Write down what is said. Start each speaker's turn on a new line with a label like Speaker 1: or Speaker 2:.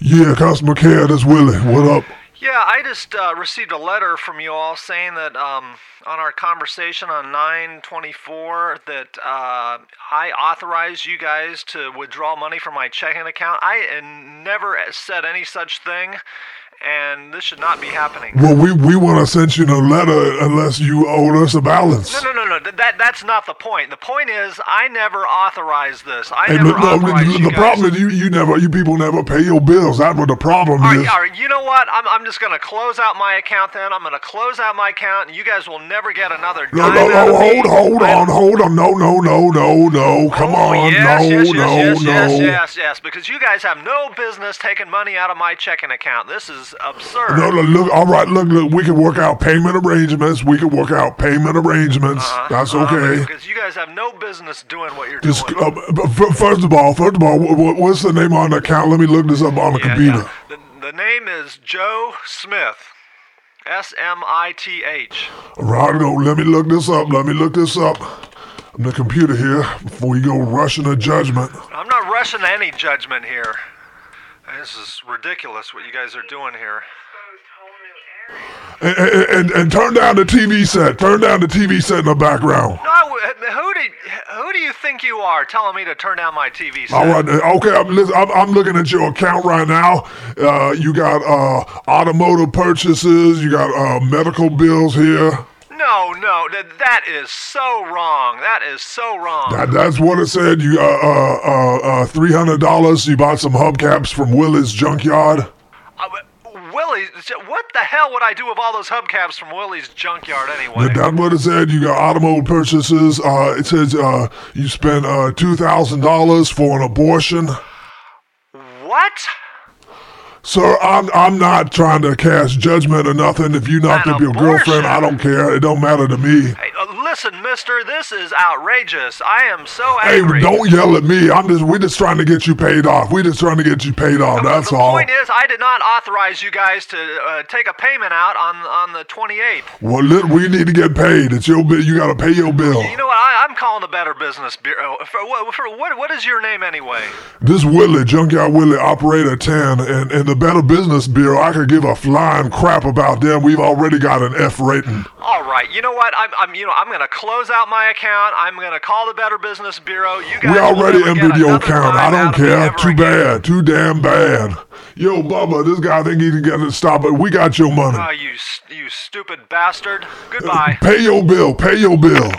Speaker 1: Yeah, customer care, this Willie. What up?
Speaker 2: Yeah, I just uh, received a letter from you all saying that um, on our conversation on 924 that uh, I authorized you guys to withdraw money from my checking account. I uh, never said any such thing, and this should not be happening.
Speaker 1: Well, we, we want to send you the letter unless you owe us a balance.
Speaker 2: No, no, no, no. th- That that's not the point. The point is, I never authorized this. I
Speaker 1: Hey,
Speaker 2: never
Speaker 1: look, no,
Speaker 2: authorized
Speaker 1: the,
Speaker 2: you
Speaker 1: the
Speaker 2: guys.
Speaker 1: problem is you, you never you people never pay your bills. That's what the problem
Speaker 2: All
Speaker 1: is.
Speaker 2: right, all right, you know what? I'm, I'm just going to close out my account then. I'm going to close out my account, and you guys will never get another
Speaker 1: No,
Speaker 2: dime
Speaker 1: no,
Speaker 2: out
Speaker 1: no,
Speaker 2: of
Speaker 1: hold,
Speaker 2: me.
Speaker 1: hold
Speaker 2: I-
Speaker 1: on, hold on. No, no, no, no, no. Come
Speaker 2: Oh,
Speaker 1: on.
Speaker 2: yes,
Speaker 1: no,
Speaker 2: yes, yes,
Speaker 1: no,
Speaker 2: yes,
Speaker 1: no.
Speaker 2: yes, yes, yes, because you guys have no business taking money out of my checking account. This is absurd. Um,
Speaker 1: No, no, look, all right, look, look, we can work out payment arrangements. We can work out payment arrangements. That's
Speaker 2: Uh,
Speaker 1: okay.
Speaker 2: because you guys have no business doing what you're
Speaker 1: Just,
Speaker 2: doing.
Speaker 1: uh, but fir- first of all, first of all, wh- wh- what's the name on the account? Let me look this up on the
Speaker 2: Yeah,
Speaker 1: computer.
Speaker 2: yeah. uh, The, the name is Joe Smith. S M I T H.
Speaker 1: Rondo, let me look this up. Let me look this up on the computer here before you go rushing a judgment.
Speaker 2: I'm not rushing to any judgment here. This is ridiculous what you guys are doing here.
Speaker 1: And, and, and, and turn down the TV set. Turn down the TV set in the background.
Speaker 2: No, wh- who do who do you think you are telling me to turn down my TV set?
Speaker 1: All right. uh, Okay. I'm, lis- I'm, I'm looking at your account right now. Uh, you got uh, automotive purchases. You got uh, medical bills here.
Speaker 2: No, no, that that is so wrong. That is so wrong.
Speaker 1: That, that's what it said. You uh, uh, uh, uh, three hundred dollars. You bought some hubcaps from Willis Junkyard.
Speaker 2: Uh, but Willie, what the hell would I do with all those hubcaps from Willie's junkyard anyway?
Speaker 1: That, that's what it said. You got automotive purchases. Uh, it says uh, you spent uh, two thousand dollars for an abortion.
Speaker 2: What?
Speaker 1: Sir, I'm I'm not trying to cast judgment or nothing. If you knocked
Speaker 2: An
Speaker 1: up your girlfriend, I don't care. It don't matter to me.
Speaker 2: Hey, uh, listen, Mister, this is outrageous. I am so
Speaker 1: Hey,
Speaker 2: angry.
Speaker 1: don't yell at me. I'm just we're just trying to get you paid off. We're just trying to get you paid off. That's
Speaker 2: the
Speaker 1: all.
Speaker 2: point is, I did not authorize you guys to uh, take a payment out on on the 28th.
Speaker 1: Well, look, we need to get paid. It's your bill. You gotta pay your bill.
Speaker 2: You know what? I, I'm calling the Better Business Bureau. Uh, For, what- for, what, what is your name anyway?
Speaker 1: This Willie, Junkyard Willie, Operator 10, and, and the Better Business Bureau, I could give a flying crap about them. We've already got an F rating.
Speaker 2: All right. You know what? I'm, I'm you know I'm gonna close out my account. I'm gonna call the Better Business Bureau. You guys.
Speaker 1: We
Speaker 2: will
Speaker 1: already
Speaker 2: never get
Speaker 1: emptied your
Speaker 2: another
Speaker 1: account. I
Speaker 2: dime
Speaker 1: don't
Speaker 2: out of me
Speaker 1: care.
Speaker 2: ever
Speaker 1: Too
Speaker 2: again.
Speaker 1: bad. Too damn bad. Yo, Bubba, this guy think he can get to stop it. We
Speaker 2: Ah,
Speaker 1: got your money.
Speaker 2: Oh, you s- you stupid bastard. Goodbye.
Speaker 1: Pay your bill. Pay your bill.